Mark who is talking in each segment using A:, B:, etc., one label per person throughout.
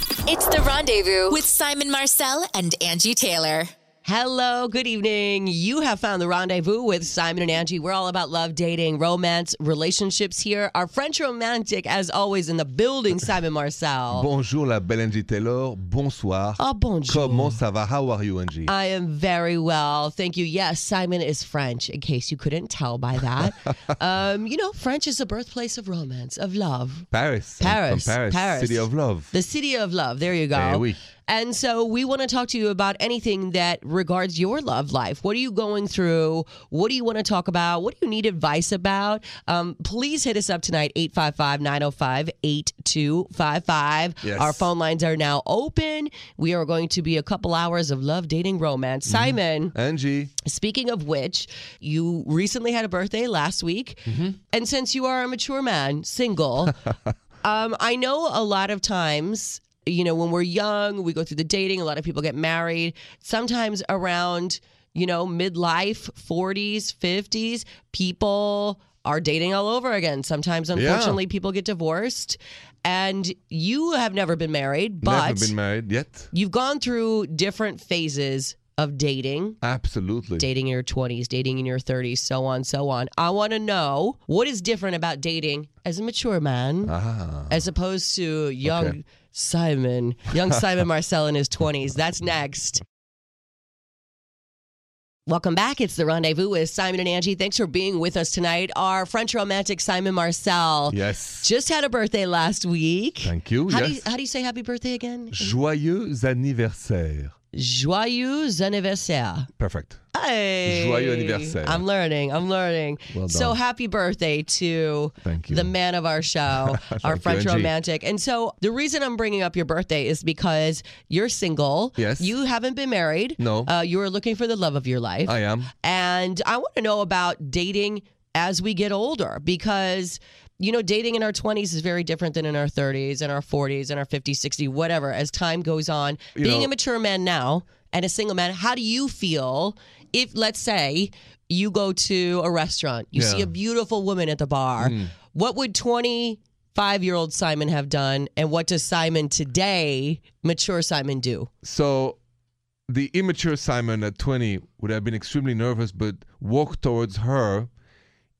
A: It's the rendezvous with Simon Marcel and Angie Taylor.
B: Hello, good evening. You have found the rendezvous with Simon and Angie. We're all about love, dating, romance, relationships here. Our French romantic, as always, in the building, Simon Marcel.
C: Bonjour la belle Angie Taylor. Bonsoir.
B: Oh, Ah. bonjour. Ah.
C: Comment ça va? How are you, Angie?
B: I am very well. Thank you. Yes, Simon is French, in case you couldn't tell by that. um, you know, French is the birthplace of romance, of love.
C: Paris. I'm
B: Paris,
C: From Paris.
B: Paris.
C: City of love.
B: The city of love. There you go.
C: Eh oui.
B: And so we want to talk to you about anything that regards your love life. What are you going through? What do you want to talk about? What do you need advice about? Um, please hit us up tonight, 855 905 8255.
C: Yes.
B: Our phone lines are now open. We are going to be a couple hours of love, dating, romance.
C: Mm-hmm.
B: Simon.
C: Angie.
B: Speaking of which, you recently had a birthday last week.
C: Mm-hmm.
B: And since you are a mature man, single, um, I know a lot of times, you know, when we're young, we go through the dating, a lot of people get married. Sometimes around, you know, midlife, 40s, 50s, people are dating all over again. Sometimes, unfortunately, people get divorced. And you have never been married, but
C: Never been married yet.
B: you've gone through different phases of dating
C: Absolutely.
B: dating in your 20s, dating in your 30s, so on, so on. I want to know what is different about dating as a mature man
C: Ah.
B: as opposed to young
C: Okay.
B: Simon, young Simon Marcel in his 20s. That's next. Welcome back. It's the rendezvous with Simon and Angie. Thanks for being with us tonight. Our French romantic Simon Marcel
C: Yes.
B: just had a birthday last week.
C: Thank you.
B: How, do you,
C: yes.
B: how do you say happy birthday again?
C: Joyeux anniversaire.
B: Joyeux anniversaire.
C: Perfect.
B: Hey.
C: Joyeux anniversaire.
B: I'm learning. I'm learning.
C: Well
B: So
C: done.
B: happy birthday to
C: Thank you.
B: the man of our show, our
C: you,
B: French
C: Angie.
B: romantic. And so the reason I'm bringing up your birthday is because you're single.
C: Yes.
B: You haven't been married.
C: No.
B: Uh, you are looking for the love of your life.
C: I am.
B: And I want to know about dating as we get older because you know dating in our 20s is very different than in our 30s and our 40s and our 50s 60s whatever as time goes on
C: You
B: being
C: know-
B: a mature man now and a single man how do you feel if let's say you go to a restaurant you see
C: Yeah. Hmm.
B: a beautiful woman at the bar what would 25 year old Simon have done, and what does Simon today, mature Simon, do?
C: So the immature Simon at 20 would have been extremely nervous, but walk towards her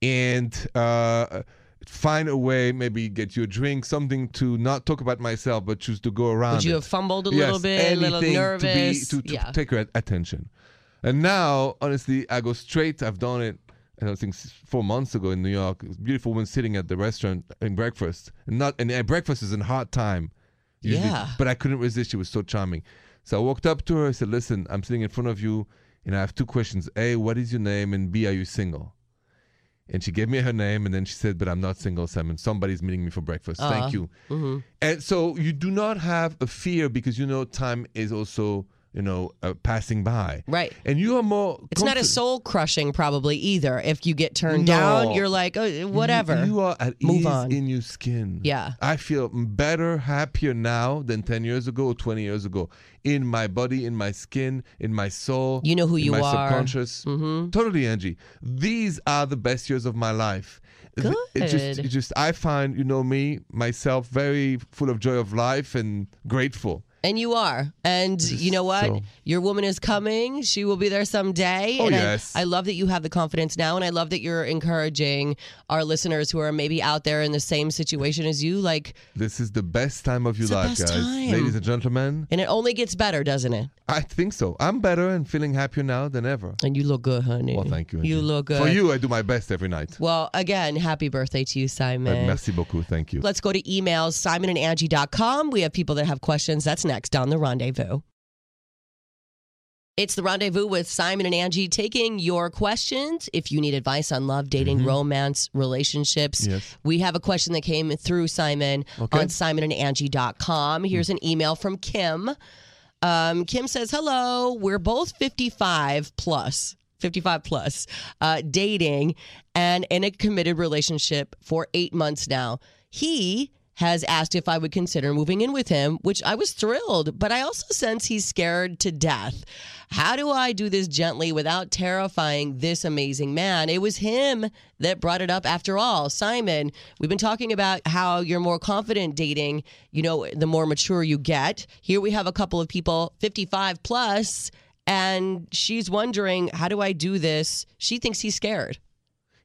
C: and uh, find a way, maybe get you a drink, something to not talk about myself, but choose to go around.
B: Would you
C: it.
B: have fumbled a
C: Um, Yes,
B: little bit, a little
C: anything
B: nervous?
C: To, be, to, to
B: yeah.
C: take her attention. And now, honestly, I go straight. I've done it, I don't think, s- four months ago in New York. This beautiful woman sitting at the restaurant having breakfast. And not and uh, breakfast is a hard time.
B: Yeah.
C: But I couldn't resist. She was so charming. So I walked up to her. I said, Listen, I'm sitting in front of you, and I have two questions. A, what is your name? And B, are you single? And she gave me her name, and then she said, But I'm not single, Simon. Somebody's meeting me for breakfast.
B: Uh-huh.
C: Thank you. And so you do not have a fear because you know time is also, you know, uh, passing by.
B: Right.
C: And you are more.
B: It's not
C: confident.
B: as soul crushing, probably either. If you get turned
C: No.
B: down, you're like, oh, whatever.
C: You are at
B: Move
C: ease
B: on.
C: in your skin.
B: Yeah.
C: I feel better, happier now than 10 years ago or 20 years ago. In my body, in my skin, in my soul.
B: You know who
C: in
B: you
C: my
B: are. Mm-hmm.
C: subconscious. Totally, Angie. These are the best years of my life. Th- It just,
B: Good.
C: it just, I find, you know, me, myself, very full of joy of life and grateful.
B: and you are. And you know what?
C: so-
B: Your woman is coming. She will be there someday.
C: Oh,
B: and I-
C: yes.
B: I, love that you have the confidence now. And I love that you're encouraging our listeners who are maybe out there in the same situation as you. Like,
C: This is the best time of your
B: It's the
C: life,
B: best
C: guys.
B: time.
C: Ladies and gentlemen,
B: and it only gets better, doesn't it?
C: I think so. I'm better and feeling happier now than ever.
B: And you look good, honey.
C: Well, thank you.
B: You
C: Angie.
B: look good.
C: For you, I do my best every night.
B: Well, again, happy birthday to you, Simon.
C: Uh, Merci beaucoup. Thank you.
B: Let's go to emails, simonandangie.com. We have people that have questions. That's next on The Rendezvous. It's The Rendezvous with Simon and Angie taking your questions. If you need advice on love, dating, romance, relationships,
C: Mm-hmm. Yes.
B: we have a question that came through Simon
C: Okay.
B: on simonandangie.com. Here's an email from Kim. Um, Kim says, Hello, we're both 55 plus. 55 plus, uh, dating and in a committed relationship for eight months now. He has asked if I would consider moving in with him, which I was thrilled, but I also sense he's scared to death. How do I do this gently without terrifying this amazing man? It was him that brought it up after all. Simon, we've been talking about how you're more confident dating, you know, the more mature you get. Here we have a couple of people 55 plus and she's wondering, how do I do this? She thinks he's scared.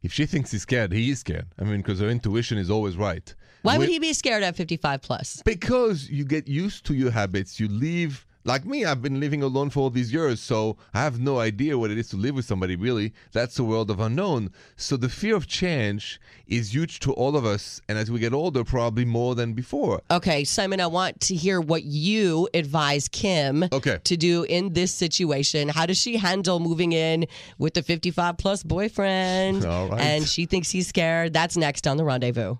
C: If she thinks he's scared, he is scared. I mean, because her intuition is always right.
B: Why would
C: Wi-
B: he be scared at 55 plus?
C: Because you get used to your habits. You leave, like me, I've been living alone for all these years, so I have no idea what it is to live with somebody, really. That's a world of unknown. So the fear of change is huge to all of us, and as we get older, probably more than before.
B: Okay, Simon, I want to hear what you advise Kim
C: Okay.
B: to do in this situation. How does she handle moving in with the 55 plus boyfriend?
C: All right.
B: And she thinks he's scared. That's next on the rendezvous.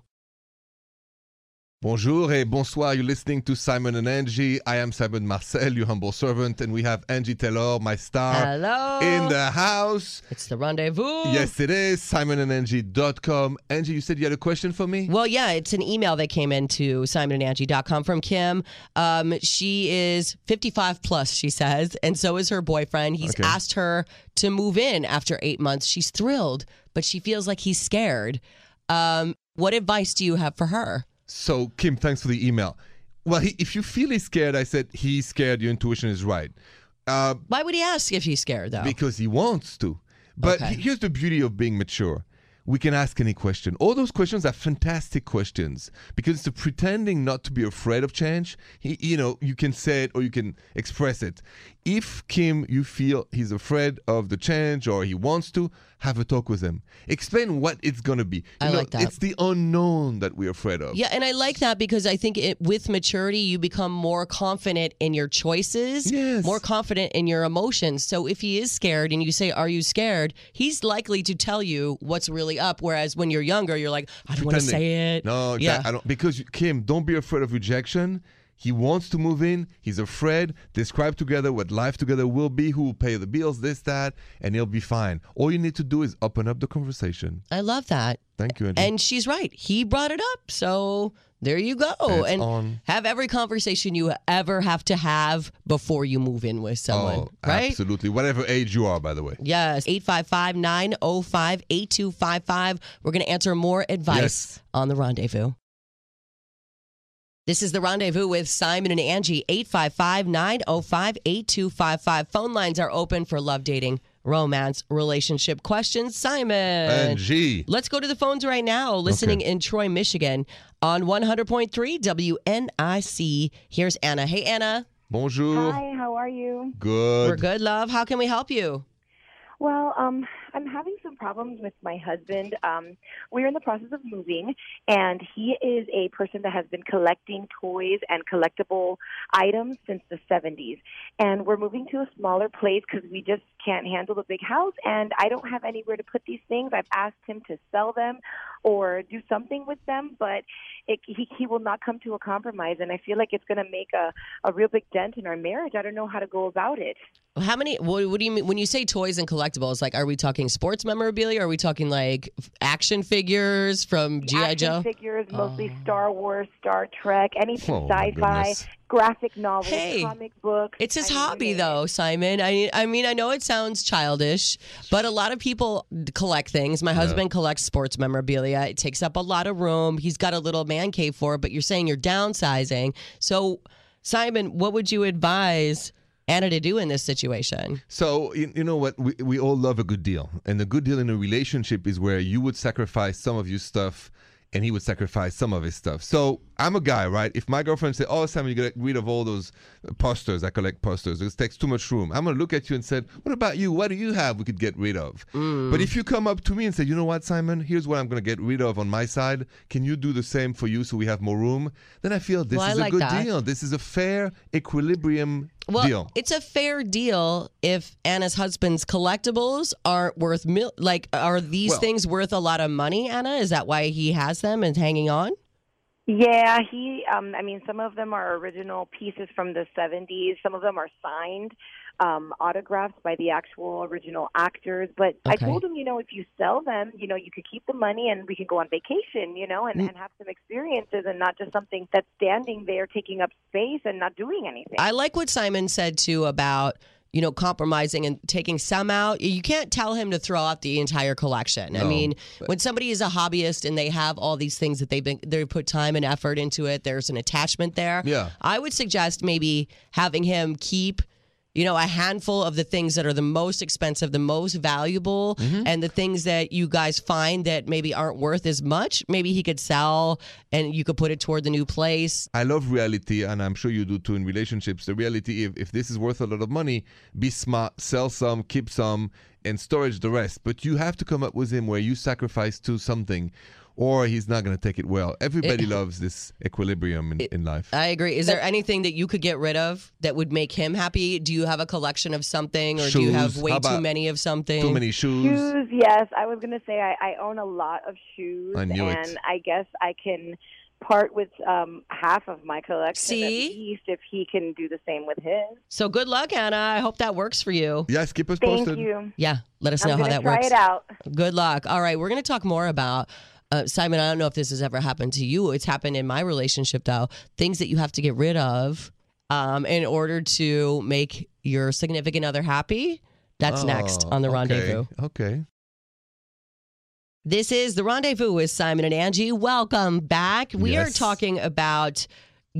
C: Bonjour et bonsoir. You're listening to Simon and Angie. I am Simon Marcel, your humble servant, and we have Angie Taylor, my star,
B: Hello.
C: Uh, in the house.
B: it's the rendezvous.
C: Yes, it is. SimonandAngie.com. Angie, you said you had a question for me?
B: Well, yeah, it's an email that came in to simonandangie.com from Kim. Um, she is 55 plus, she says, and so is her boyfriend. He's
C: Okay.
B: asked her to move in after eight months. She's thrilled, but she feels like he's scared. Um, what advice do you have for her?
C: So, Kim, thanks for the email. Well, he, if you feel he's scared, I said he's scared. Your intuition is right uh,
B: Why would he ask if he's scared, though?
C: because he wants to. But
B: Okay.
C: he- here's the beauty of being mature. We can ask any question. All those questions are fantastic questions because it's the pretending not to be afraid of change. He, you know, you can say it or you can express it. If Kim, you feel he's afraid of the change or he wants to, have a talk with him. Explain what it's going to be. You
B: I like that.
C: It's the unknown that we're afraid of.
B: Yeah, and I like that because I think it, with maturity, you become more confident in your choices,
C: Yes.
B: more confident in your emotions. So if he is scared and you say, Are you scared? He's likely to tell you what's really up. Whereas when you're younger, you're like, I don't want to
C: pretending.
B: say it.
C: No, exactly.
B: yeah.
C: I don't because you- Kim, don't be afraid of rejection. He wants to move in. He's afraid. Describe together what life together will be, who will pay the bills, this, that, and he'll be fine. All you need to do is open up the conversation.
B: I love that.
C: Thank you, Angie.
B: And she's right. He brought it up. So there you go.
C: It's
B: and
C: on.
B: have every conversation you ever have to have before you move in with someone,
C: oh,
B: right?
C: absolutely. Whatever age you are, by the way.
B: Yes, 855 905 8255. We're going to answer more advice
C: Yes.
B: on the rendezvous. This is the rendezvous with Simon and Angie, 855 905 8255. Phone lines are open for love dating, romance, relationship questions. Simon.
C: Angie.
B: Let's go to the phones right now. Listening in Troy, Michigan on 100.3 WNIC. Here's Anna. Hey, Anna.
C: Bonjour.
D: Hi, how are you?
C: Good.
B: We're good, love. How can we help you?
D: Well, um, I'm having some problems with my husband. Um, we're in the process of moving, and he is a person that has been collecting toys and collectible items since the 70s. And we're moving to a smaller place because we just can't handle the big house, and I don't have anywhere to put these things. I've asked him to sell them or do something with them, but it, he, he will not come to a compromise. And I feel like it's going to make a, a real big dent in our marriage. I don't know how to go about it.
B: How many? What, what do you mean when you say toys and collectibles? Like, are we talking sports memorabilia? Are we talking like f- action figures from GI
D: action
B: Joe? Oh.
D: figures, mostly Star Wars, Star Trek, anything
C: Oh, my
D: sci-fi,
C: goodness.
D: graphic novels,
B: Hey,
D: comic books.
B: It's his
D: I mean,
B: hobby,
D: it-
B: though, Simon. I I mean, I know it sounds childish, but a lot of people collect things. My husband collects sports memorabilia. It takes up a lot of room. He's got a little man cave for it. But you're saying you're downsizing. So, Simon, what would you advise Anna to do in this situation?
C: So you, you know what we, we all love a good deal, and a good deal in a relationship is where you would sacrifice some of your stuff, and he would sacrifice some of his stuff. So I'm a guy, right? If my girlfriend said, "Oh, Sam, you gotta get rid of all those posters. I collect posters. It takes too much room," I'm gonna look at you and say, "What about you? What do you have we could get rid of?"
B: Mm.
C: But if you come up to me and say, "You know what, Simon? Here's what I'm gonna get rid of on my side. Can you do the same for you so we have more room?" Then I feel this
B: Well, I
C: is
B: like
C: a good
B: that.
C: deal. This is a fair equilibrium
B: Well,
C: deal.
B: it's a fair deal if Anna's husband's collectibles aren't worth mil- like are these
C: Well-
B: things worth a lot of money, Anna? Is that why he has them and hanging on?
D: Yeah, he. Um, I mean, some of them are original pieces from the '70s. Some of them are signed um, autographs by the actual original actors. But I
B: Okay.
D: told him, you know, if you sell them, you know, you could keep the money and we can go on vacation, you know,
C: Mm.
D: and, and have some experiences and not just something that's standing there taking up space and not doing anything.
B: I like what Simon said too about you know compromising and taking some out. You can't tell him to throw out the entire collection. I
C: No.
B: mean, when somebody is a hobbyist and they have all these things that they've been they put time and effort into it, there's an attachment there.
C: Yeah.
B: I would suggest maybe having him keep you know a handful of the things that are the most expensive, the most valuable
C: Mm-hmm.
B: and the things that you guys find that maybe aren't worth as much, maybe he could sell and you could put it toward the new place.
C: I love reality, and I'm sure you do too in relationships. The reality, if, if this is worth a lot of money, be smart, sell some, keep some, and storage the rest. But you have to come up with him where you sacrifice to something, or he's not going to take it well. Everybody loves this equilibrium in, in life.
B: I agree. Is there anything that you could get rid of that would make him happy? Do you have a collection of something, or do you have
C: Shoes.
B: way
C: How
B: too
C: about
B: many of something?
C: Too many shoes.
D: Shoes, yes. I was gonna say I, I own a lot of shoes,
C: I knew it.
D: and I guess I can part with um, half of my collection
B: See?
D: at least if he can do the same with his.
B: So good luck, Anna. I hope that works for you.
C: Yes, keep us
D: Thank
C: posted.
D: you.
B: Yeah, let us know
D: I'm
B: how
D: gonna
B: that
D: try
B: works.
D: it out.
B: Good luck. All right, we're going to talk more about uh, Simon. I don't know if this has ever happened to you. It's happened in my relationship though. Things that you have to get rid of um, in order to make your significant other happy. That's next
C: Oh,
B: on the
C: okay,
B: rendezvous.
C: Okay.
B: This is the rendezvous with Simon and Angie. Welcome back. We are
C: Yes.
B: talking about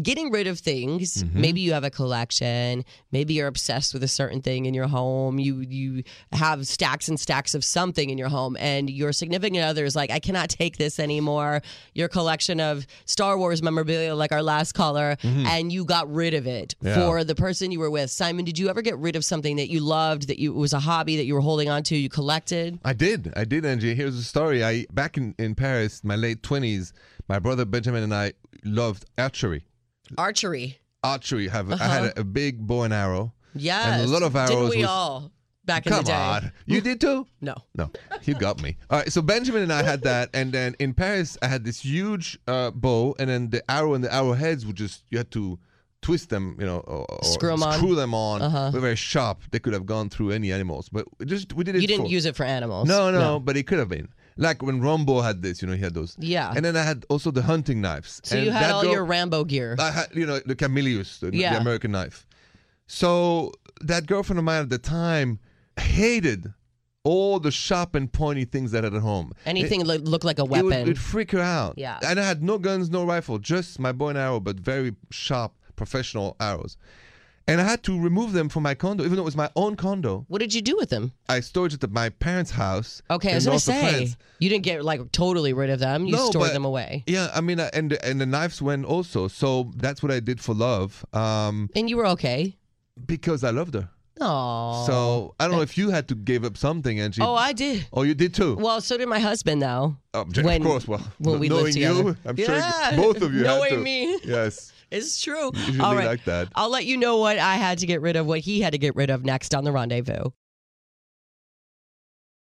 B: getting rid of things.
C: Mhm.
B: Maybe you have a collection. Maybe you're obsessed with a certain thing in your home. You you have stacks and stacks of something in your home, and your significant other is like, "I cannot take this anymore." Your collection of Star Wars memorabilia, like our last caller, and you got rid of it
C: Mm-hmm. Yeah.
B: for the person you were with. Simon, did you ever get rid of something that you loved that you it was a hobby that you were holding on to? You collected.
C: I did. I did, Angie. Here's the story. I back in, in Paris, my late twenties, my brother Benjamin and I loved archery.
B: Archery.
C: Archery. Have I
B: Uh-huh.
C: had a, a big bow and arrow.
B: Yes.
C: lot of
B: Didn't
C: arrows
B: we
C: was-
B: all back in
C: Come
B: the day?
C: on. You did too?
B: No.
C: No, you got me. All right, so Benjamin and I had that, and then in Paris, I had this huge uh, bow, and then the arrow and the arrowheads would just, you had to twist them, you know, or, or
B: Screw 'em on.
C: screw them on.
B: Uh-huh.
C: They're very sharp. They could have gone through any animals, but we just we did it
B: You didn't
C: for-
B: use it for animals.
C: no, no, but it could have been. Like when Rombo had this, you know, he had those.
B: Yeah.
C: And then I had also the hunting knives.
B: So
C: and
B: you had
C: that
B: all
C: girl-
B: your Rambo gear.
C: I had, you know, the Camellius, the, the
B: Yeah.
C: American knife. So that girlfriend of mine at the time hated all the sharp and pointy things that I had at home.
B: Anything lo- looked like a
C: It
B: weapon.
C: would it'd freak her out.
B: Yeah.
C: And I had no guns, no rifle, just my bow and arrow, but very sharp professional arrows. And I had to remove them from my condo, even though it was my own condo.
B: what did you do with them?
C: I stored it at my parents' house.
B: Okay, I
C: in
B: was gonna
C: north of
B: say
C: France.
B: you didn't get like totally rid of them. You
C: No,
B: stored
C: but-
B: them away,
C: Yeah, I mean, I- and and the knives went also. So that's what I did for love, um,
B: and you were okay.
C: because I loved her.
B: Oh.
C: So I don't know if you had to give up something, Angie.
B: Oh, I did.
C: oh, you did too.
B: Well, so did my husband though.
C: Oh, of
B: when-
C: course. Well,
B: when
C: kn-
B: we lived
C: knowing you,
B: together.
C: I'm
B: Yeah.
C: sure both of you
B: Knowing
C: had to.
B: me.
C: Yes,
B: It's true.
C: usually
B: All right.
C: like that.
B: I'll let you know what I had to get rid of, what he had to get rid of next on the rendezvous.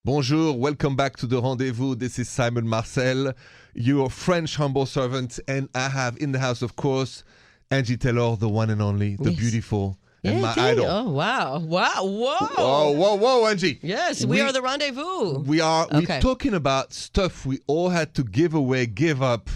C: Bonjour, welcome back to the rendezvous. This is Simon Marcel, your French humble servant, and I have in the house, of course, Angie Taylor, the one and only, the
B: Yes.
C: beautiful, and my
B: dang.
C: idol.
B: Oh wow! Wow! Whoa!
C: Whoa, whoa, whoa, Angie!
B: Oh. Yes, we,
C: We-
B: are the rendezvous.
C: We are
B: Okay.
C: we're talking about stuff we all had to give away, give up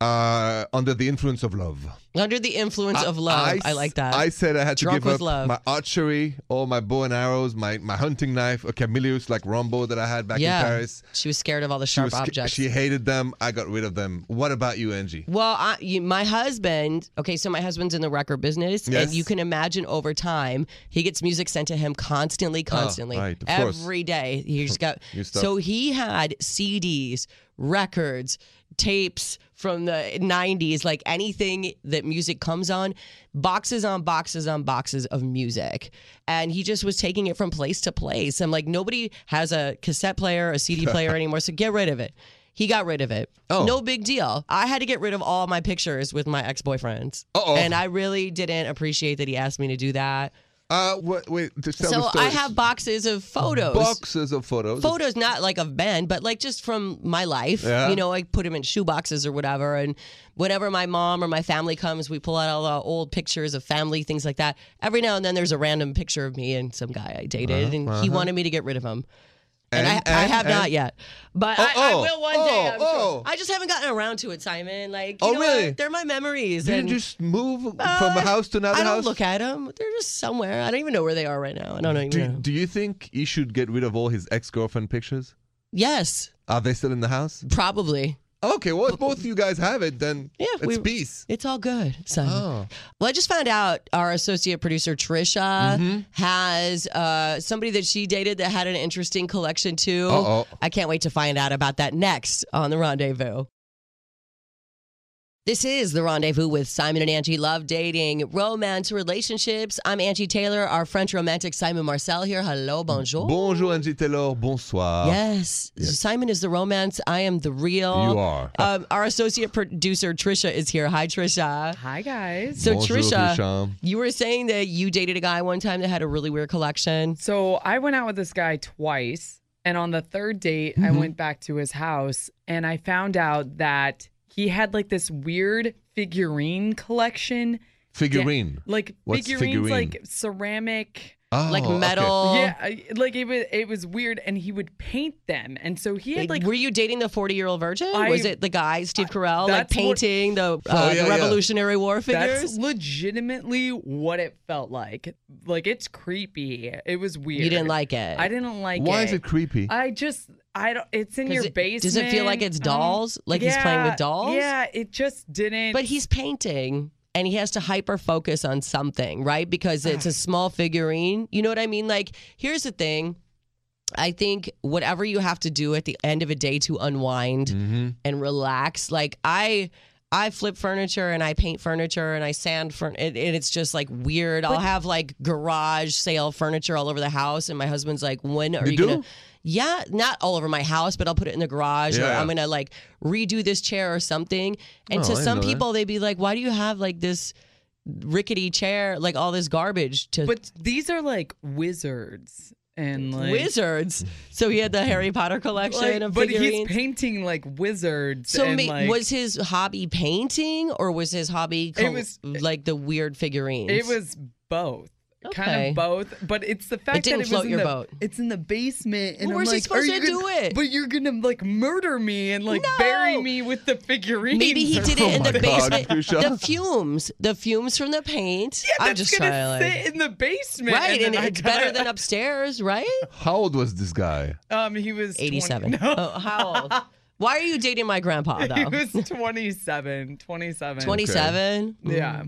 C: uh, under the influence of love.
B: Under the influence of love. I,
C: s-
B: like that.
C: I said I had
B: Drunk
C: to give
B: with
C: up
B: love.
C: my archery, all my bow and arrows, my, my hunting knife, a Camellius like Rombo that I had back
B: yeah.
C: in Paris.
B: She was scared of all the
C: She,
B: sharp
C: was sca-
B: objects.
C: she hated them. I got rid of them. What about you, Angie?
B: well, I, you, my husband, okay, so my husband's in the record business, and
C: Yes.
B: you can imagine over time, he gets music sent to him constantly, constantly.
C: Ah, right, of course.
B: every day. He's got.
C: New stuff.
B: So he had CDs, records, tapes from the 90s, like anything that music comes on, boxes on boxes on boxes of music. And he just was taking it from place to place. I'm like, nobody has a cassette player, a CD player anymore, so get rid of it. He got rid of it.
C: Oh.
B: No big deal. I had to get rid of all my pictures with my ex boyfriends.
C: Uh-oh.
B: And I really didn't appreciate that he asked me to do that.
C: Uh, what, wait, to tell
B: so
C: the
B: I
C: story.
B: have boxes of photos.
C: boxes of photos.
B: photos not like of Ben, but like just from my life.
C: Yeah.
B: You know, I put them in shoe boxes or whatever. And whenever my mom or my family comes, we pull out all the old pictures of family, things like that. Every now and then there's a random picture of me and some guy I dated, and he wanted me to get rid of him. And, I,
C: Uh-huh, And-
B: I
C: and-
B: have not
C: and-
B: yet, but
C: Oh,
B: I, I
C: oh,
B: will one day.
C: oh,
B: I'm sure.
C: oh.
B: I just haven't gotten around to it, Simon. Like, you
C: Oh,
B: know what?
C: really?
B: They're my memories.
C: Did
B: and
C: you just move
B: Uh,
C: from a house to another
B: I don't
C: house?
B: look at them. They're just somewhere. I don't even know where they are right now. I don't even
C: do,
B: know.
C: do you think he should get rid of all his ex-girlfriend pictures?
B: yes,
C: Are they still in the house?
B: probably.
C: Okay, well, if both of you guys have it, then
B: Yeah,
C: it's
B: we-
C: peace.
B: It's all good, Simon.
C: Oh.
B: Well, I just found out our associate producer Trisha
C: Mm-hmm.
B: has uh, somebody that she dated that had an interesting collection too.
C: Uh-oh.
B: I can't wait to find out about that next on the Rendezvous. This is the Rendezvous with Simon and Angie. Love dating, romance, relationships. I'm Angie Taylor. Our French romantic Simon Marcel here. Hello, bonjour.
C: Bonjour, Angie Taylor. Bonsoir.
B: yes. Simon is the romance. I am the real.
C: You are.
B: Um, our associate producer Trisha is here. Hi, Trisha.
E: Hi guys.
B: So
C: Bonjour,
B: Trisha, you were saying that you dated a guy one time that had a really weird collection.
E: So I went out with this guy twice, and on the third date, I
C: Mm-hmm.
E: went back to his house, and I found out that he had like this weird figurine collection,
C: Figurine.
E: like
C: What's
E: figurines
C: figurine?
E: like ceramic.
C: Oh,
B: like
C: okay.
B: metal.
E: Yeah, I- like it was it was weird, and he would paint them, and so he had
B: Like,
E: like
B: were you dating the 40 year old virgin?
E: I-
B: was it the guy, Steve Carell, like
E: that's what-
B: painting the,
C: Oh,
B: uh,
C: yeah,
B: the
C: yeah.
B: Revolutionary War
E: that's
B: figures?
E: legitimately what it felt like. Like it's creepy. It was weird.
B: You didn't like uh, it.
E: I didn't like
C: Why
E: it.
C: is it creepy?
E: I just I don't. It's in
B: 'Cause
E: your
B: it-
E: basement.
B: does it feel like it's
E: I don't-
B: dolls? Like he's playing with
E: Yeah,
B: dolls?
E: Yeah, it just didn't.
B: But he's painting and he has to hyper focus on something, right? Because it's a small figurine. You know what I mean? Like, here's the thing. I think whatever you have to do at the end of a day to unwind
C: Mhm.
B: and relax, like I I flip furniture and I paint furniture and I sand furniture, and and it's just like weird. I'll have like garage sale furniture all over the house, and my husband's like, "When are
C: You
B: you, gonna?"
C: do?
B: Yeah, not all over my house, but I'll put it in the garage, or
C: Yeah.
B: I'm gonna like redo this chair or something. And
C: Oh,
B: to
C: I didn't
B: some
C: know that.
B: people, they'd be like, "Why do you have like this rickety chair, like all this garbage to
E: but these are like wizards and like
B: wizards?" So he had the Harry Potter collection
E: like,
B: of
E: but
B: figurines.
E: he's painting like wizards.
B: So
E: and,
B: ma-
E: like,
B: was his hobby painting, or was his hobby col-
E: was-
B: like the weird figurines?
E: it was both. Kind
B: Okay.
E: of both, but it's the fact
B: didn't
E: that it
B: float
E: was in
B: your
E: the,
B: boat.
E: It's in the basement, and
B: Well,
E: I'm
B: where's he
E: like, are
B: supposed
E: you
B: to
E: gonna-
B: do it?
E: But you're gonna like murder me and like bury
B: No.
E: me with the figurines.
B: Maybe he did it
C: Oh
B: in
C: my
B: the
C: God,
B: basement.
C: Trisha.
B: The fumes, the fumes from the paint.
E: Yeah,
B: I'm
E: that's
B: just
E: gonna
B: trying to
E: sit
B: like,
E: in the basement,
B: right, and,
E: then I
B: it's better
E: gotta-
B: than upstairs, right?
C: How old was this guy?
E: Um, he was 20
B: Eighty-seven.
E: no.
B: Oh, how old? Why are you dating my grandpa
E: He
B: though?
E: was 27. 27.
B: Twenty-seven. Mm.
E: Yeah.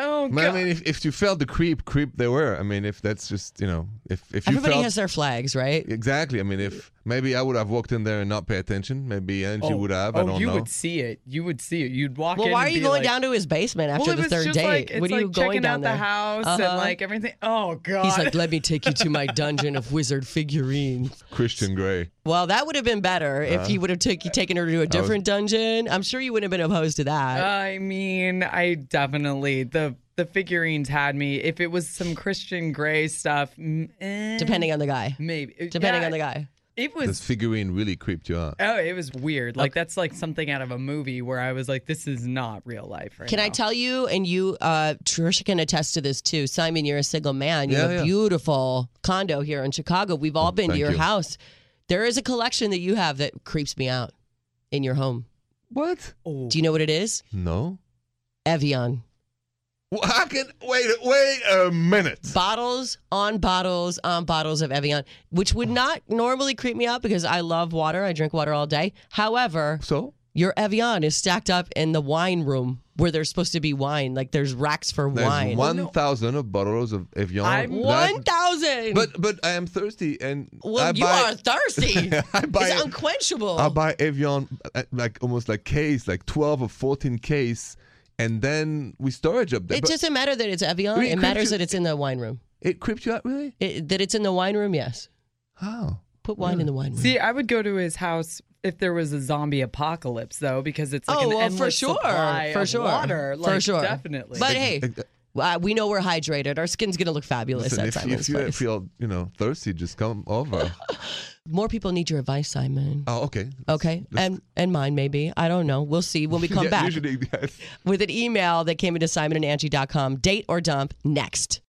E: Oh,
C: I
E: God.
C: mean, if, if you felt the creep, creep they were. I mean, if that's just, you know, if, if you
B: Everybody
C: felt.
B: has their flags, right?
C: exactly. I mean, if maybe I would have walked in there and not pay attention. Maybe Angie
E: oh,
C: would have. I
E: oh,
C: don't
E: you
C: know.
E: would see it. You would see it. You'd walk
B: Well,
E: in
B: why are
E: and
B: you
E: be
B: going
E: like-
B: down to his basement
E: well,
B: after
E: it
B: the
E: was
B: third
E: just
B: date?
E: Like, it's
B: what are
E: like
B: you going
E: checking
B: down
E: out
B: there?
E: the house
B: Uh-huh.
E: and like everything. Oh, God.
B: He's like, let me take you to my dungeon of wizard figurines.
C: Christian Grey.
B: Well, that would have been better if he would have took, taken her to a different dungeon. I'm sure you wouldn't have been opposed to that.
E: I mean, I definitely, the the figurines had me. If it was some Christian Grey stuff, mm, eh,
B: depending on the guy.
E: Maybe.
B: Depending
E: Yeah,
B: on the guy.
E: It
C: This
E: was
C: figurine really creeped you out.
E: Oh, it was weird. Like that's like something out of a movie where I was like, this is not real life right
B: Can I
E: now.
B: tell you, and you, uh, Trisha can attest to this too. Simon, you're a single man. You have a
C: Yeah, yeah.
B: beautiful condo here in Chicago. We've all been to
C: thank
B: your
C: you.
B: house. There is a collection that you have that creeps me out in your home.
C: What?
E: Oh.
B: Do you know what it is?
C: No.
B: Evian.
C: Well, I can wait. Wait a minute.
B: bottles on bottles on bottles of Evian, which would not normally creep me out because I love water. I drink water all day. However,
C: So
B: your Evian is stacked up in the wine room where there's supposed to be wine. Like there's racks for
C: there's
B: wine.
C: one thousand of bottles of Evian.
E: I'm-
C: That-
B: One thousand.
C: But but I am thirsty and
B: well,
C: I
B: you
C: buy
B: are thirsty.
C: I buy
B: it's unquenchable.
C: I buy Evian uh, like almost like case like twelve or fourteen case, and then we storage up there.
B: it
C: But
B: doesn't matter that it's Evian.
C: Well, it
B: It matters
C: creeps you-
B: that it's in the wine room.
C: it creeped you out really?
B: It, that it's in the wine room. Yes.
C: How?
B: Put wine in the wine room.
E: See, I would go to his house if there was a zombie apocalypse, though, because it's like
B: oh
E: an
B: well, for
E: endless
B: sure,
E: supply
B: for
E: of
B: sure,
E: water. Like,
B: for sure,
E: definitely.
B: But hey,
C: Ex- ex-
B: Uh, we know we're hydrated. Our skin's going to look fabulous
C: Listen,
B: at
C: if,
B: Simon's
C: if you
B: place.
C: feel you know thirsty, just come over.
B: More people need your advice, Simon.
C: oh, okay.
B: Okay, and and mine maybe. I don't know. We'll see when we come
C: Yeah,
B: back
C: Usually, yes.
B: with an email that came into simonandangie.com. Date or dump next.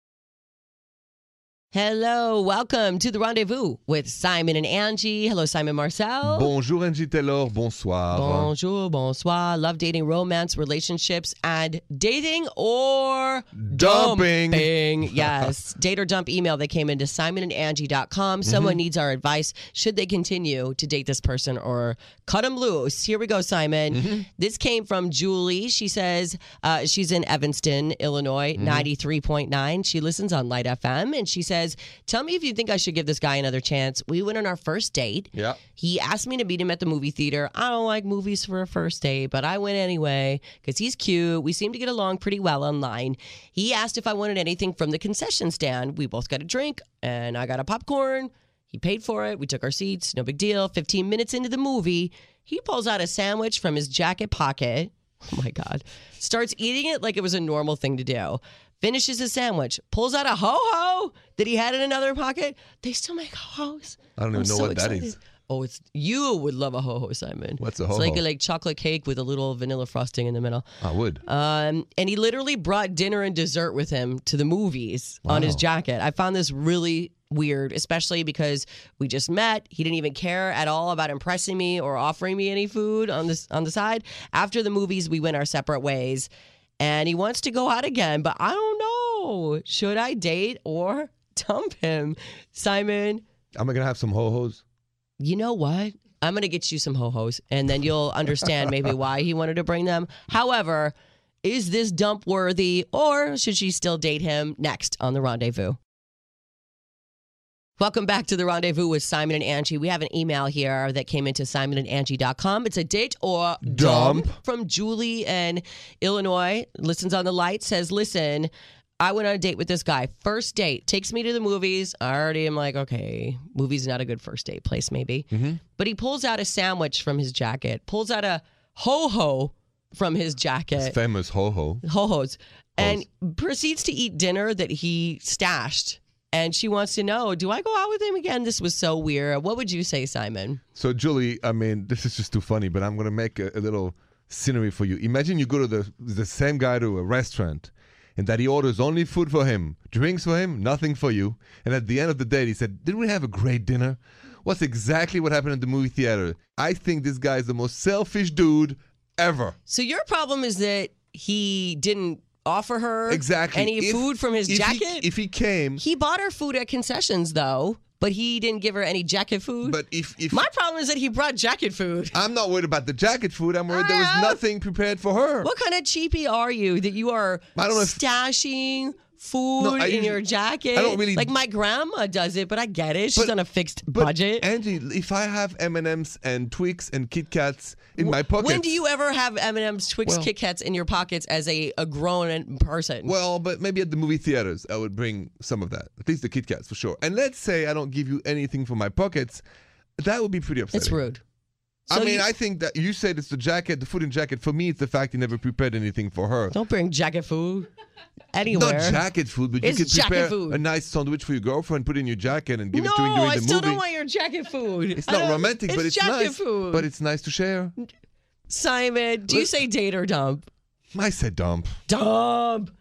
B: Hello, welcome to the rendezvous with Simon and Angie. Hello, Simon Marcel.
C: Bonjour, Angie Taylor. Bonsoir.
B: Bonjour, bonsoir. Love dating, romance, relationships, and dating or
C: Dumping.
B: dumping. Yes. Date or dump email that came into simonandangie.com. Someone needs our advice. Should they continue to date this person or cut them loose? Here we go, Simon. This came from Julie. She says uh, she's in Evanston, Illinois, 93.9. She listens on Light FM and she says, Tell me if you think I should give this guy another chance. We went on our first date.
C: Yeah.
B: He asked me to meet him at the movie theater. I don't like movies for a first date, but I went anyway because he's cute. We seem to get along pretty well online. He asked if I wanted anything from the concession stand. We both got a drink and I got a popcorn. He paid for it. We took our seats. No big deal. 15 minutes into the movie, he pulls out a sandwich from his jacket pocket. Oh my God. Starts eating it like it was a normal thing to do. Finishes his sandwich, pulls out a ho ho that he had in another pocket. They still make ho hos.
C: I don't even know what that is.
B: Oh, it's you would love a ho ho, Simon.
C: What's a
B: It's like
C: ho-ho?
B: a like chocolate cake with a little vanilla frosting in the middle.
C: I would.
B: Um, and he literally brought dinner and dessert with him to the movies on his
C: Wow.
B: jacket. I found this really weird, especially because we just met. He didn't even care at all about impressing me or offering me any food on this on the side. After the movies, we went our separate ways, and he wants to go out again, but I don't know. Should I date or dump him, Simon?
C: Am I gonna have some ho hos?
B: you know what? I'm going to get you some ho hos and then you'll understand maybe why he wanted to bring them. However, is this dump worthy or should she still date him next on the rendezvous? Welcome back to the rendezvous with Simon and Angie. We have an email here that came into simonandangie.com. It's a date or
C: Dump.
B: from Julie in Illinois. Listens on the light, says, Listen, I went on a date with this guy. First date takes me to the movies. I already am like, okay, movies not a good first date place, maybe. But he pulls out a sandwich from his jacket, pulls out a ho ho from his
C: It's
B: jacket
C: famous ho ho.
B: ho hos, and proceeds to eat dinner that he stashed. And she wants to know, do I go out with him again? This was so weird. What would you say, Simon?
C: So Julie, I mean, this is just too funny, but I'm gonna make a, a little scenery for you. Imagine you go to the the same guy to a restaurant, and that he orders only food for him, drinks for him, nothing for you. And at the end of the day, he said, "Didn't we have a great dinner?" What's exactly what happened at the movie theater? I think this guy is the most selfish dude ever.
B: So your problem is that he didn't offer her
C: Exactly.
B: any
C: If-
B: food from his
C: if he-
B: jacket. He,
C: if he came,
B: bought her food at concessions though, but he didn't give her any jacket food.
C: but if if
B: my problem is that he brought jacket food.
C: I'm not worried about the jacket food. I'm worried there was
B: Ah.
C: nothing prepared for her.
B: What kind of cheapie are you that you are
C: I don't know if-
B: stashing food
C: No,
B: in
C: I usually-
B: your jacket?
C: I don't really-
B: like my grandma does it, but I get it. She's
C: But-
B: on a fixed
C: But
B: budget.
C: Angie, if I have M and M's and Twix and Kit Kats in my pocket,
B: When do you ever have M&M's, Twix,
C: Well-
B: Kit Kats in your pockets as a, a grown person?
C: Well, but maybe at the movie theaters, I would bring some of that. At least the Kit Kats for sure. And let's say I don't give you anything for my pockets, that would be pretty upsetting.
B: it's rude.
C: I
B: So
C: mean,
B: you-
C: I think that you said it's the jacket, the food and jacket. For me, it's the fact he never prepared anything for her.
B: Don't bring jacket food anywhere.
C: Not jacket food, but
B: It's
C: you could
B: jacket
C: prepare
B: food.
C: a nice sandwich for your girlfriend, put it in your jacket, and give
B: no,
C: it to him during
B: I
C: the
B: still
C: movie.
B: don't want your jacket food.
C: it's
B: I
C: not
B: don't-
C: romantic, but Uh, it's
B: jacket
C: nice.
B: food.
C: But it's nice to share.
B: Simon, do you
C: Listen-
B: say date or dump?
C: I said dump.
B: Dump.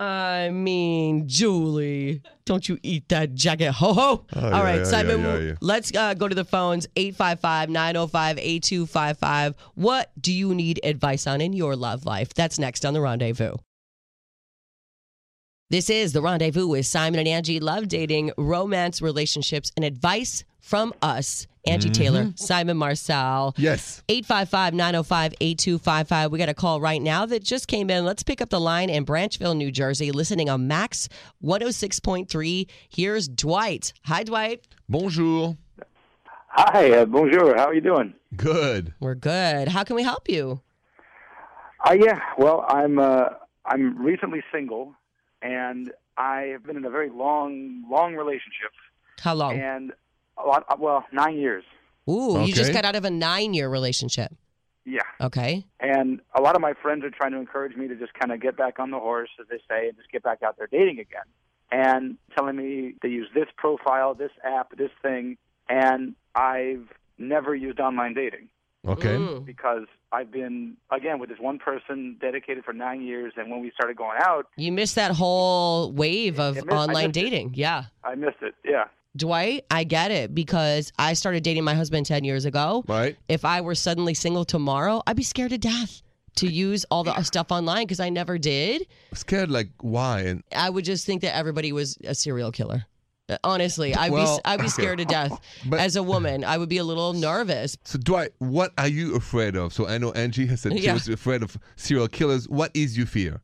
B: I mean, Julie, don't you eat that jacket, ho ho.
C: Oh,
B: All
C: yeah,
B: right,
C: yeah,
B: Simon,
C: yeah, yeah, yeah.
B: let's uh, go to the phones 855 905 8255. What do you need advice on in your love life? That's next on The Rendezvous. This is The Rendezvous with Simon and Angie. Love dating, romance, relationships, and advice from us, Angie
C: Mm-hmm.
B: Taylor, Simon Marcel.
C: Yes.
B: 855 905 8255. We got a call right now that just came in. Let's pick up the line in Branchville, New Jersey, listening on Max 106.3. Here's Dwight. Hi, Dwight.
C: Bonjour.
F: Hi, uh, bonjour. How are you doing?
C: Good.
B: We're good. How can we help you?
F: Uh, yeah, well, I'm uh, I'm recently single, and I have been in a very long, long relationship,
B: How
F: Oh.
B: long?
F: and a lot, uh, well, nine years.
B: Ooh, you just
C: Okay.
B: got out of a nine year relationship.
F: Yeah.
B: Okay.
F: And a lot of my friends are trying to encourage me to just kind of get back on the horse, as they say, and just get back out there dating again. And telling me they use this profile, this app, this thing. And I've never used online dating
C: Okay.
B: Mm.
F: because I've been, again, with this one person dedicated for nine years. And when we started going out,
B: You missed that whole wave of
F: I missed- I
B: online
F: missed it.
B: dating. Yeah.
F: I missed it. Yeah.
B: Dwight, I get it because I started dating my husband 10 years ago.
C: Right.
B: If I were suddenly single tomorrow, I'd be scared to death to use all the stuff online because I never did.
C: Scared like why? And
B: I would just think that everybody was a serial killer. Uh, Honestly, I'd
C: Well,
B: be I'd be
C: okay.
B: scared to death
C: But-
B: as a woman. I would be a little nervous.
C: so Dwight, what are you afraid of? So I know Angie has said she
B: Yeah.
C: was afraid of serial killers. What is your fear?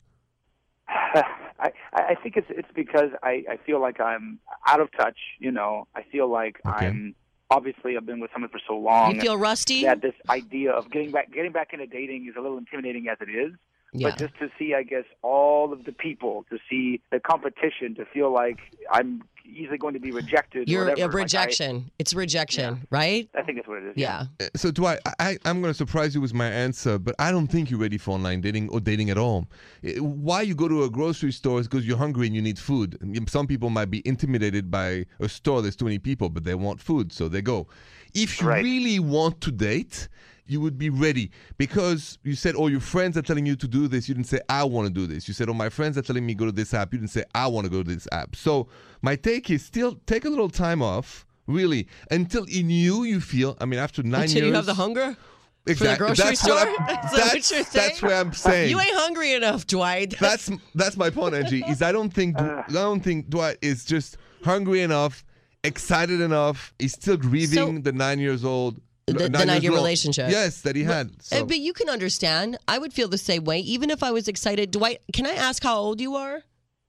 F: I, I think it's it's because I, I feel like I'm out of touch. You know, I feel like
C: Okay.
F: I'm obviously I've been with someone for so long.
B: You feel rusty?
F: that this idea of getting back getting back into dating is a little intimidating as it is.
B: Yeah.
F: But just to see, I guess, all of the people, to see the competition, to feel like I'm easily going to be rejected. or
B: You're a
F: whatever. Like, I-
B: rejection. it's rejection, right?
F: I, think that's what it is.
B: Yeah.
C: Uh, So Dwight, I, I, I'm going to surprise you with my answer, but I don't think you're ready for online dating or dating at all. Uh, Why you go to a grocery store is because you're hungry and you need food. I mean, Some people might be intimidated by a store that's too many people, but they want food, so they go. If you
F: Right.
C: really want to date, you would be ready because you said, "Oh, your friends are telling you to do this." You didn't say, "I want to do this." You said, "Oh, my friends are telling me go to this app." You didn't say, "I want to go to this app." So my take is still take a little time off. Really, until in you you feel. I mean, after nine
B: Until
C: years,
B: you have the hunger?
C: Exactly.
B: grocery
C: that's
B: store?
C: What I'm-
B: Is that what
C: that's,
B: you're
C: that's
B: saying?
C: what I'm saying.
B: You ain't hungry enough, Dwight. Uh,
C: that's that's my point, Angie. Is I don't think I don't think Dwight is just hungry enough, excited enough. He's still grieving
B: So-
C: the nine years old,
B: The- the
C: years
B: nine-year
C: old-
B: relationship.
C: Yes, that he had.
B: Uh,
C: So,
B: But you can understand. I would feel the same way, even if I was excited. Dwight, can I ask how old you are?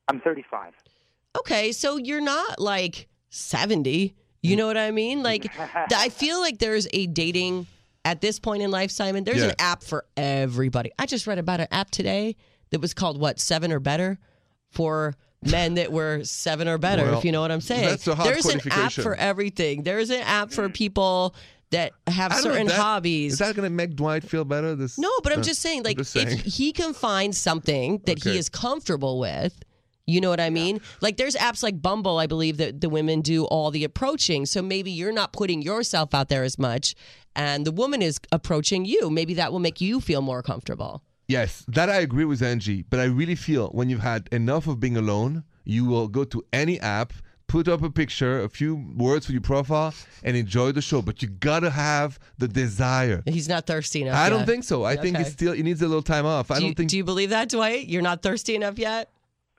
F: I'm 35.
B: Okay, so you're not like 70. You know what I mean? Like, th- I feel like there's a dating at this point in life, Simon. There's an
C: Yeah.
B: app for everybody. I just read about an app today that was called what seven or better for men that were seven or better.
C: Well,
B: if you know what I'm saying,
C: that's a hard
B: there's an app
C: qualification.
B: for everything. There's an app for people that have
C: I don't know,
B: certain
C: that-
B: hobbies.
C: Is that gonna make Dwight feel better? This
B: No, but I'm
C: uh,
B: just saying, like,
C: just saying.
B: if he can find something that
C: Okay.
B: he is comfortable with, you know what I mean? Like, there's apps like Bumble, I believe, that the women do all the approaching. So maybe you're not putting yourself out there as much, and the woman is approaching you. Maybe that will make you feel more comfortable.
C: Yes, that I agree with Angie, but I really feel when you've had enough of being alone, you will go to any app, put up a picture, a few words for your profile, and enjoy the show. But you gotta have the desire.
B: He's not thirsty enough.
C: I don't
B: yet.
C: think so. I think it's
B: Okay.
C: still it needs a little time off. I
B: Do
C: don't
B: you,
C: think
B: do you believe that, Dwight? You're not thirsty enough yet?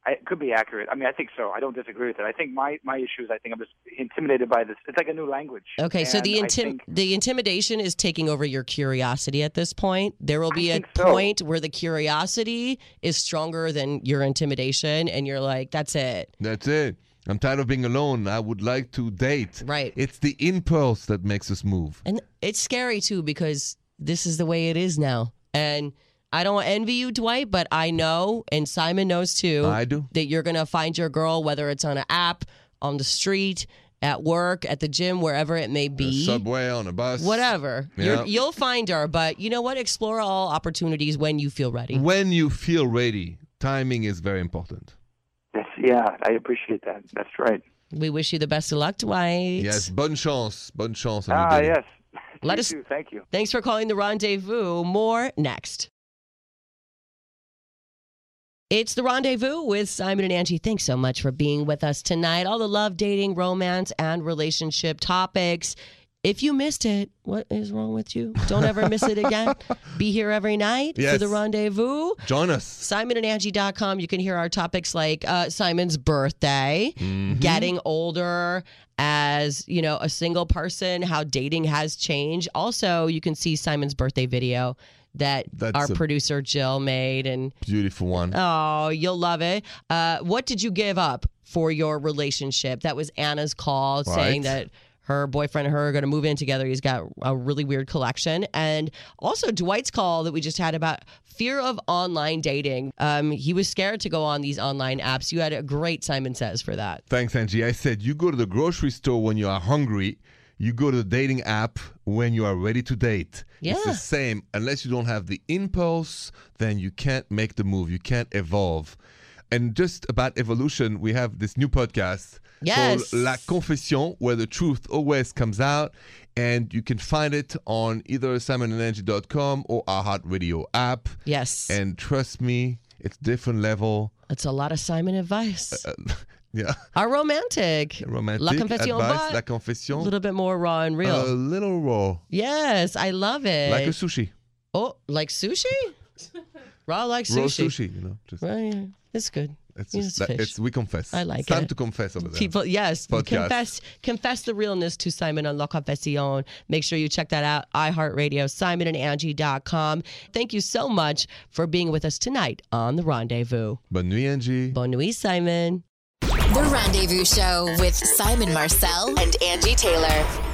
F: I, it could be accurate. I mean, I think so. I don't disagree with it. I think my, my issue is I think I'm just intimidated by this. It's like a new language.
B: Okay, so
F: And
B: the
F: I
B: intim-
F: think-
B: the intimidation is taking over your curiosity at this point. There will be a
F: think so.
B: point where the curiosity is stronger than your intimidation, and you're like, "That's it."
C: that's it. I'm tired of being alone. I would like to date.
B: Right.
C: It's the impulse that makes us move.
B: And it's scary too because this is the way it is now. And I don't envy you, Dwight, but I know, and Simon knows too,
C: I do.
B: that you're gonna find your girl whether it's on an app, on the street, at work, at the gym, wherever it may
C: A
B: be.
C: subway on a bus.
B: Whatever.
C: Yeah.
B: You're, you'll find her, but you know what? Explore all opportunities when you feel ready.
C: When you feel ready, timing is very important.
F: That's- yeah, I appreciate that. That's right.
B: We wish you the best of luck, Dwight.
C: Yes, bonne chance. Bonne chance. on your
F: Ah,
C: dating.
F: yes.
B: Let
F: You
B: us-
F: too. Thank you.
B: Thanks for calling the rendezvous. More next. It's the rendezvous with Simon and Angie. Thanks so much for being with us tonight. All the love, dating, romance, and relationship topics. If you missed it, what is wrong with you? Don't ever miss it again. Be here every night for
C: Yes.
B: the rendezvous.
C: Join us.
B: simonandangie.com. You can hear our topics like uh, Simon's birthday,
C: Mm, Mm-hmm.
B: getting older as, you know, a single person, how dating has changed. Also, you can see Simon's birthday video that
C: That's
B: our
C: a-
B: producer Jill made and
C: Beautiful one.
B: oh, you'll love it. Uh, what did you give up for your relationship? That was Anna's call saying
C: Right.
B: that her boyfriend and her are going to move in together. He's got a really weird collection. And also Dwight's call that we just had about fear of online dating. Um, he was scared to go on these online apps. You had a great Simon Says for that.
C: Thanks, Angie. I said you go to the grocery store when you are hungry. you go to the dating app when you are ready to date.
B: Yeah.
C: It's the same. Unless you don't have the impulse, then you can't make the move. You can't evolve. And just about evolution, we have this new podcast
B: Yes.
C: called La Confession, where the truth always comes out. And you can find it on either simonandangie.com or our Heart Radio app.
B: Yes.
C: And trust me, it's different level.
B: That's a lot of Simon advice.
C: Yeah.
B: Our romantic.
C: Uh, Romantic
B: La confession,
C: advice,
B: but
C: la
B: a
C: confession. Uh,
B: little bit more raw and real.
C: A little raw.
B: yes, I love it.
C: Like a sushi.
B: oh, like sushi? raw like
C: Raw
B: sushi.
C: sushi, you know. Just,
B: Well, yeah, it's good.
C: it's,
B: Yeah,
C: just,
B: it's
C: that-
B: fish.
C: it's- we confess.
B: I like
C: it's time
B: it.
C: to confess over there.
B: People, yes,
C: Podcast.
B: confess confess the realness to Simon on La Confession. Make sure you check that out. iHeartRadio, simonandangie.com. Thank you so much for being with us tonight on The Rendezvous.
C: Bonne nuit, Angie.
B: Bonne nuit, Simon.
A: The Rendezvous Show with Simon Marcel and Angie Taylor.